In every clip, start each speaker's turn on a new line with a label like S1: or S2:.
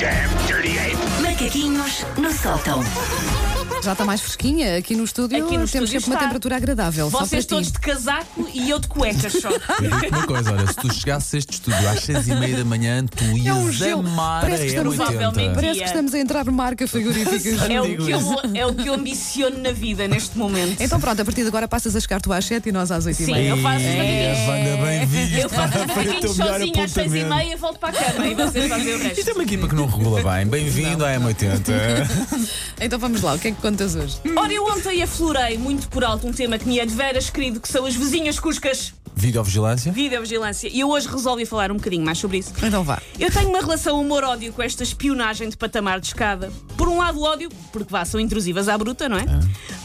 S1: damn dirty ape!
S2: Macaquinhos no sótão.
S3: Já está mais fresquinha aqui no estúdio.
S4: Aqui no
S3: temos
S4: estúdio
S3: sempre uma
S4: está.
S3: temperatura agradável. só para
S4: Vocês
S3: ti.
S4: todos de casaco e eu de cuecas só.
S5: Eu digo uma coisa, olha, se tu chegasses a este estúdio às seis e meia da manhã, tu
S4: é
S3: um
S5: ias
S3: gelo.
S5: amar
S3: Parece que
S5: a
S3: estamos a-
S5: M80.
S3: Parece que estamos a entrar numa marca frigorífica.
S4: É o,
S5: digo
S4: que eu, vou- é o que eu ambiciono na vida neste momento.
S3: então pronto, a partir de agora passas a chegar tu às 7 e nós às 8 e
S4: Sim,
S3: meia.
S4: eu faço.
S5: É, Wanda, bem visto.
S4: Eu faço um
S5: Foi o
S4: macaquinho
S5: teu melhor
S4: sozinha às seis e
S5: apontamento.
S4: meia, volto para a cama e vocês fazem o
S5: Isto
S4: resto.
S5: é uma equipa que não regula bem. Bem-vindo à M80.
S3: Então vamos lá, o que é que contas hoje?
S4: Ora, eu ontem aflorei muito por alto um tema que me é de veras querido, que são as vizinhas cuscas,
S5: Videovigilância?
S4: videovigilância. E eu hoje resolvi falar um bocadinho mais sobre isso.
S3: Então vá.
S4: Eu tenho uma relação amor-ódio com esta espionagem de patamar de escada. Por um lado, ódio, porque vá, são intrusivas à bruta, não é?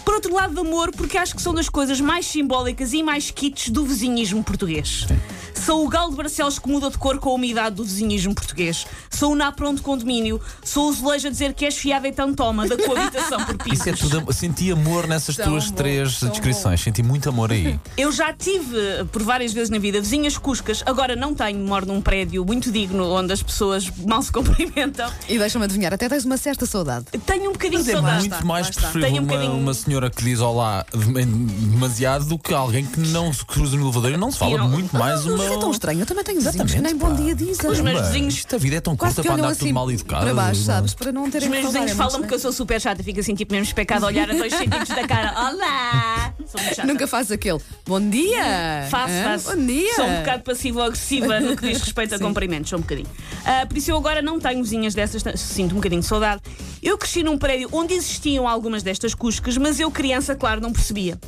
S4: Por outro lado, de amor, porque acho que são das coisas mais simbólicas e mais kits do vizinhismo português. Sou o galo de Barcelos que muda de cor com a umidade do vizinhismo português. Sou o napron de condomínio. Sou o azulejo a dizer que és fiada e então toma, da coabitação por pisos.
S5: Isso é tudo. am- Senti amor nessas
S3: Tão
S5: tuas
S3: bom,
S5: três
S3: tão
S5: descrições. Senti muito amor aí.
S4: Eu já tive eh, por várias vezes na vida vizinhas cuscas, agora não tenho, moro num prédio muito digno onde as pessoas mal se cumprimentam.
S3: E deixa-me adivinhar, até tens uma certa saudade.
S4: Tenho um bocadinho de
S5: É
S4: saudade.
S5: muito mais
S4: Tenho
S5: preferível
S4: um
S5: uma,
S4: bocadinho-
S5: uma senhora que diz olá dem- demasiado do que alguém que não se cruza no elevador e não se fala
S4: Não.
S5: muito mais
S3: Não
S5: uma.
S3: é tão estranho, eu também tenho vizinhos que
S5: Exatamente,
S3: nem
S5: pá.
S3: bom dia dizem.
S4: Os meus
S5: Caramba,
S4: vizinhos-
S5: Isto a vida é tão
S3: Quase
S5: curta
S3: que
S5: para
S3: olham
S5: andar
S3: assim
S5: tudo mal educado.
S3: para baixo,
S5: não. é?
S3: sabes? Para não terem
S4: Os
S3: que
S4: meus
S3: falar,
S4: vizinhos um
S3: é
S4: falam-me
S3: muito
S4: que eu sou super chata, fico assim tipo mesmo especado a olhar a dois centímetros da cara. Olá! Sou muito
S3: estranho.
S4: chata.
S3: Nunca faz aquele bom dia.
S4: Faço,
S3: Hã?
S4: faço.
S3: Bom dia.
S4: Hum, Sou um bocado passivo-agressiva no que diz respeito a cumprimentos, sou um bocadinho. Ah, por isso eu agora não tenho vizinhas dessas, t- sinto um bocadinho de saudade. Eu cresci num prédio onde existiam algumas destas cuscas, mas eu, criança, claro, não percebia.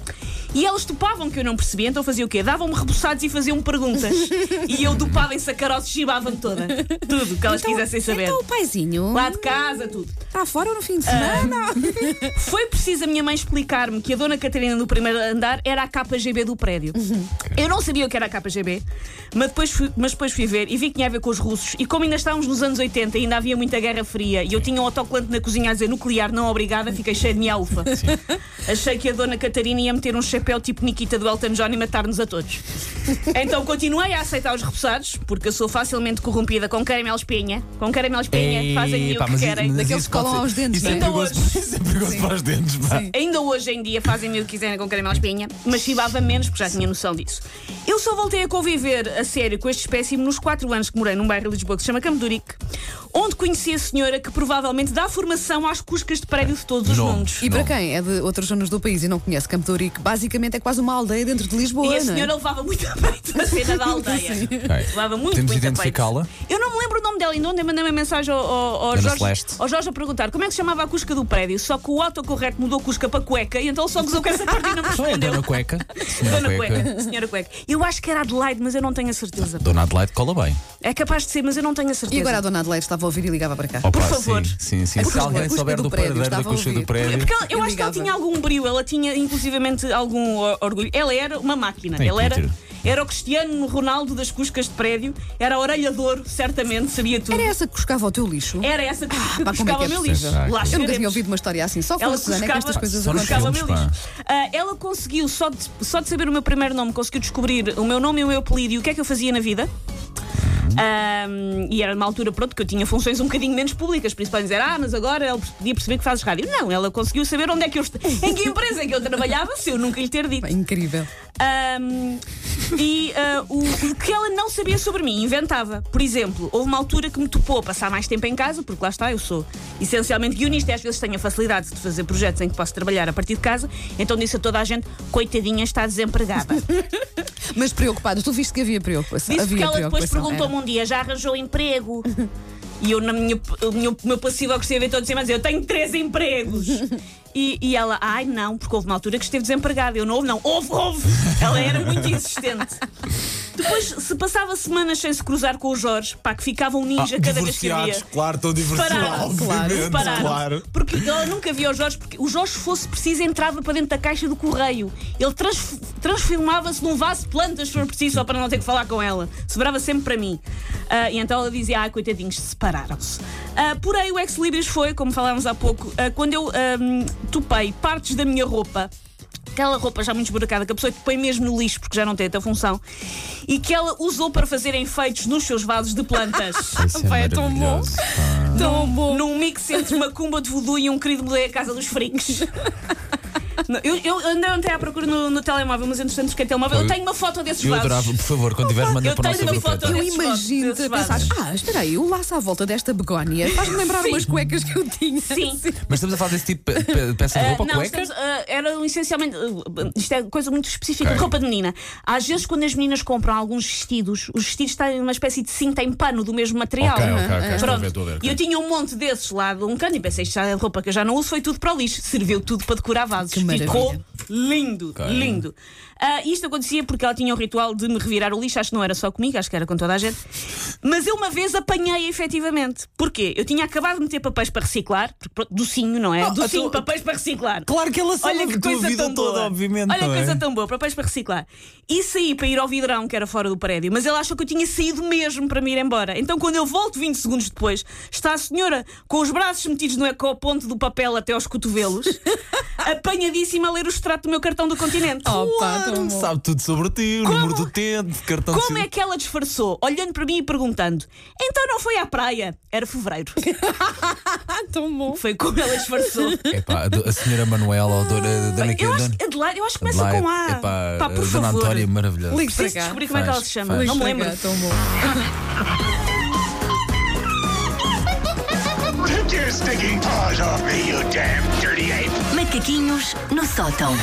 S4: E elas topavam que eu não percebia, então fazia o quê? Davam-me rebuçados e faziam-me perguntas. e eu dopava em sacarotes e gibavam toda. Tudo que elas quisessem saber.
S3: Então o paizinho
S4: Lá de casa, tudo.
S3: está fora ou no fim de semana?
S4: Foi preciso a minha mãe explicar-me que a dona Catarina do primeiro andar era a KGB do prédio. Eu não sabia o que era a KGB, mas depois, fui, mas depois fui ver e vi que tinha a ver com os russos. E como ainda estávamos nos anos 80 e ainda havia muita guerra fria e eu tinha um autocolante na cozinha a dizer nuclear não obrigada, fiquei cheia de minha alfa. Achei que a dona Catarina ia meter um chapéu tipo Nikita do Elton John e matar-nos a todos. Então continuei a aceitar os repousados, porque eu sou facilmente corrompida com caramelos pinha, com caramelos pinha, que fazem-me É, o
S5: É, Pá,
S4: que
S5: mas i-
S4: querem.
S5: mas
S3: Daqueles
S5: isso
S3: que colam
S5: pode
S3: aos
S5: ser-
S3: dentes,
S5: Isso
S3: não
S4: né?
S5: é
S3: é?
S5: perigoso, isso é perigoso para os dentes, pá.
S4: Ainda hoje em dia fazem-me o que quiserem com caramelos pinha, mas chivava menos porque já tinha noção disso. Eu só voltei a conviver a sério com este espécime nos 4 anos que morei num bairro de Lisboa que se chama Camdurique, onde conheci a senhora que provavelmente dá formação às cuscas de prédio de todos os
S5: Nomes.
S4: mundos.
S3: E para
S5: Não.
S3: quem é de outras zonas do país e não conhece Campo de Ourique, basicamente é quase uma aldeia dentro de Lisboa,
S4: E a
S3: não é?
S4: senhora levava muito a peito a cena da aldeia.
S5: Ok.
S4: Levava muito,
S5: Temos de
S4: muito a
S5: identificá-la?
S4: peito. Eu não me lembro o nome dela, ainda ontem mandei uma mensagem ao, ao- ao
S5: Ana
S4: Jorge,
S5: Celeste.
S4: ao Jorge a perguntar como é que se chamava a cusca do prédio, só que o autocorreto mudou cusca para cueca e então ele só gozou com essa parte e não me
S5: Só é a
S4: respondeu.
S5: Dona Cueca.
S4: Dona Cueca. Senhora Cueca. Eu acho que era Adelaide, mas eu não tenho a certeza.
S5: Dona Adelaide cola bem.
S4: É capaz de ser, mas eu não tenho a certeza.
S3: E agora a dona Adelaide estava a ouvir e ligava para cá.
S5: Opa,
S4: Por favor.
S5: Sim, sim. sim.
S3: A
S5: Se
S3: cusca- a
S5: alguém
S3: cusca
S5: souber
S3: do
S5: do
S3: prédio,
S5: paradeiro da
S3: estava a
S5: coxa do
S3: ouvir.
S4: É
S5: prédio.
S4: porque ela- eu,
S3: Eu
S4: acho que ela
S3: ligava.
S4: tinha algum brilho, ela tinha inclusivamente algum o- orgulho. Ela era uma máquina.
S5: Tem
S4: ela era,
S5: Twitter.
S4: era o Cristiano Ronaldo das Cuscas de Prédio, era a orelha de ouro, certamente, sabia tudo.
S3: Era essa que cuscava o teu lixo?
S4: Era essa que, que
S3: pá, como é
S4: buscava
S3: que é
S4: o meu
S3: possível?
S4: lixo. Lá
S3: Eu nunca tinha
S4: chegaremos.
S3: ouvido uma história assim, só com
S4: Ela
S3: a Susana é que
S4: cuscava-
S3: estas coisas
S5: Só nos
S3: acontecem.
S4: buscava o
S5: filmes,
S4: meu
S5: pá.
S4: lixo. Ah, ela conseguiu, só de, só de saber o meu primeiro nome, conseguiu descobrir o meu nome e o meu apelido e o que é que eu fazia na vida. Ahm, e era numa altura, pronto, que eu tinha funções um bocadinho menos públicas, por isso podem dizer, ah, mas agora ela podia perceber que fazes rádio. Não, ela conseguiu saber onde é que eu est- em que empresa é que eu trabalhava, se eu nunca lhe ter dito.
S3: Pá, Incrível.
S4: Ahm, e ah, o, o que ela não sabia sobre mim, inventava. Por exemplo, houve uma altura que me topou passar mais tempo em casa, porque lá está, eu sou essencialmente guionista e às vezes tenho a facilidade de fazer projetos em que posso trabalhar a partir de casa, então disse a toda a gente: coitadinha, está desempregada.
S3: Mas preocupados, tu viste que havia preocupação.
S4: Disse porque
S3: havia
S4: ela depois
S3: preocupação,
S4: perguntou-me um dia: já arranjou emprego? E eu, na minha, o meu, meu passivo agressivo, estou a dizer, mas eu tenho três empregos. E, e ela, ai não, porque houve uma altura que esteve desempregada. Eu não houve, não, houve, houve. Ela era muito insistente. Depois, se passava semanas sem se cruzar com o Jorge, pá, que ficava um ninja cada vez que via.
S5: Ah, claro, estão
S4: Pararam,
S3: obviamente,
S4: pararam. Porque ela nunca via o Jorge, porque o Jorge, se fosse preciso, entrava para dentro da caixa do correio. Ele trans- transformava-se num vaso de plantas, se for preciso, só para não ter que falar com ela. Sobrava sempre para mim. Ah, e então ela dizia: ai, coitadinhos, separaram-se. Ah, porém, o Ex Libris foi, como falámos há pouco, ah, quando eu ahm, topei partes da minha roupa. Aquela roupa já muito esburacada, que a pessoa põe mesmo no lixo porque já não tem tanta função, e que ela usou para fazer enfeites nos seus vasos de plantas.
S3: Pá, é tão bom.
S5: Maravilhoso, pá.
S3: Tão bom.
S4: num mix entre uma cumba de voodoo e um querido mudei a casa dos freaks. Não, Eu, eu andei ontem à procura no, no telemóvel, mas entretanto esqueci o telemóvel. Eu
S5: Olha,
S4: tenho uma foto desses
S5: Eu
S4: vasos.
S5: adorava, por favor, quando tiver, manda
S4: Oh, Eu
S5: para o nosso
S4: tenho uma
S5: grupo.
S4: foto
S3: Eu
S5: então.
S4: Desses vasos,
S3: imagino-te a
S4: desses
S3: pensar,
S4: vasos.
S3: ah, espera aí, o laço à volta desta begónia faz-me lembrar
S4: Sim.
S3: umas cuecas que eu tinha.
S4: Sim.
S5: Mas estamos a falar desse tipo de pe- pe- peça de
S4: Ah,
S5: roupa,
S4: não,
S5: cueca?
S4: estamos, ah, era essencialmente. ah, isto é coisa muito específica,
S5: Ok.
S4: roupa de menina. Às vezes, quando as meninas compram alguns vestidos, os vestidos têm uma espécie de cinta em pano do mesmo material.
S5: Ok, ok, ok,
S4: Uhum.
S5: estou a ver,
S4: Pronto.
S5: estou a ver,
S4: E
S5: ok.
S4: eu tinha um monte desses lá de um canto e pensei, isto já é roupa que eu já não uso, foi tudo para o lixo. Serviu tudo para decorar vasos.
S3: Que maravilha.
S4: Ficou lindo, lindo. Ah, isto acontecia porque ela tinha o ritual de me revirar o lixo, acho que não era só comigo, acho que era com toda a gente. Mas eu uma vez apanhei efetivamente. Porquê? Eu tinha acabado de meter papéis para reciclar, porque pronto, docinho, não é?
S5: Ah,
S4: docinho,
S5: então-
S4: papéis para reciclar.
S5: Claro que ela sabe
S4: Olha que
S5: a tua
S4: coisa
S5: vida
S4: tão
S5: toda,
S4: boa.
S5: obviamente,
S4: Olha que
S5: não é?
S4: coisa tão boa, papéis para reciclar. E saí para ir ao vidrão, que era fora do prédio, mas ele achou que eu tinha saído mesmo para me ir embora. Então, quando eu volto 20 segundos depois, está a senhora com os braços metidos no ecoponto do papel até aos cotovelos, apanhadíssima a ler o extrato do meu cartão do continente.
S5: Oh,
S3: Opa, tão bom.
S5: Tá, Sabe tudo sobre ti, o
S4: Como?
S5: número do tente, cartão de
S4: Como é
S5: cidadão.
S4: que ela disfarçou? Olhando para mim e perguntando: Então não foi à praia? Era fevereiro.
S3: Ah, tão bom.
S4: Foi como ela disfarçou.
S5: Epá, a do- a senhora Manuela, ou a dona, a dona,
S4: Bem, Ah, eu, acho,
S5: dona-
S4: Adelaide, eu acho que começa
S5: Adelaide,
S4: com A.
S5: epá,
S4: Pá,
S5: a
S4: por
S5: dona
S4: favor.
S5: Antónia, maravilhosa.
S3: Ligue para
S4: Preciso
S3: cá.
S4: descobrir como é que
S5: Faz,
S4: ela se chama.
S5: faz.
S4: Não me
S3: Ligue
S4: lembro.
S3: para cá, tão bom.
S1: Take your stinking paws off me, you damn dirty ape!
S2: Macaquinhos no sótão.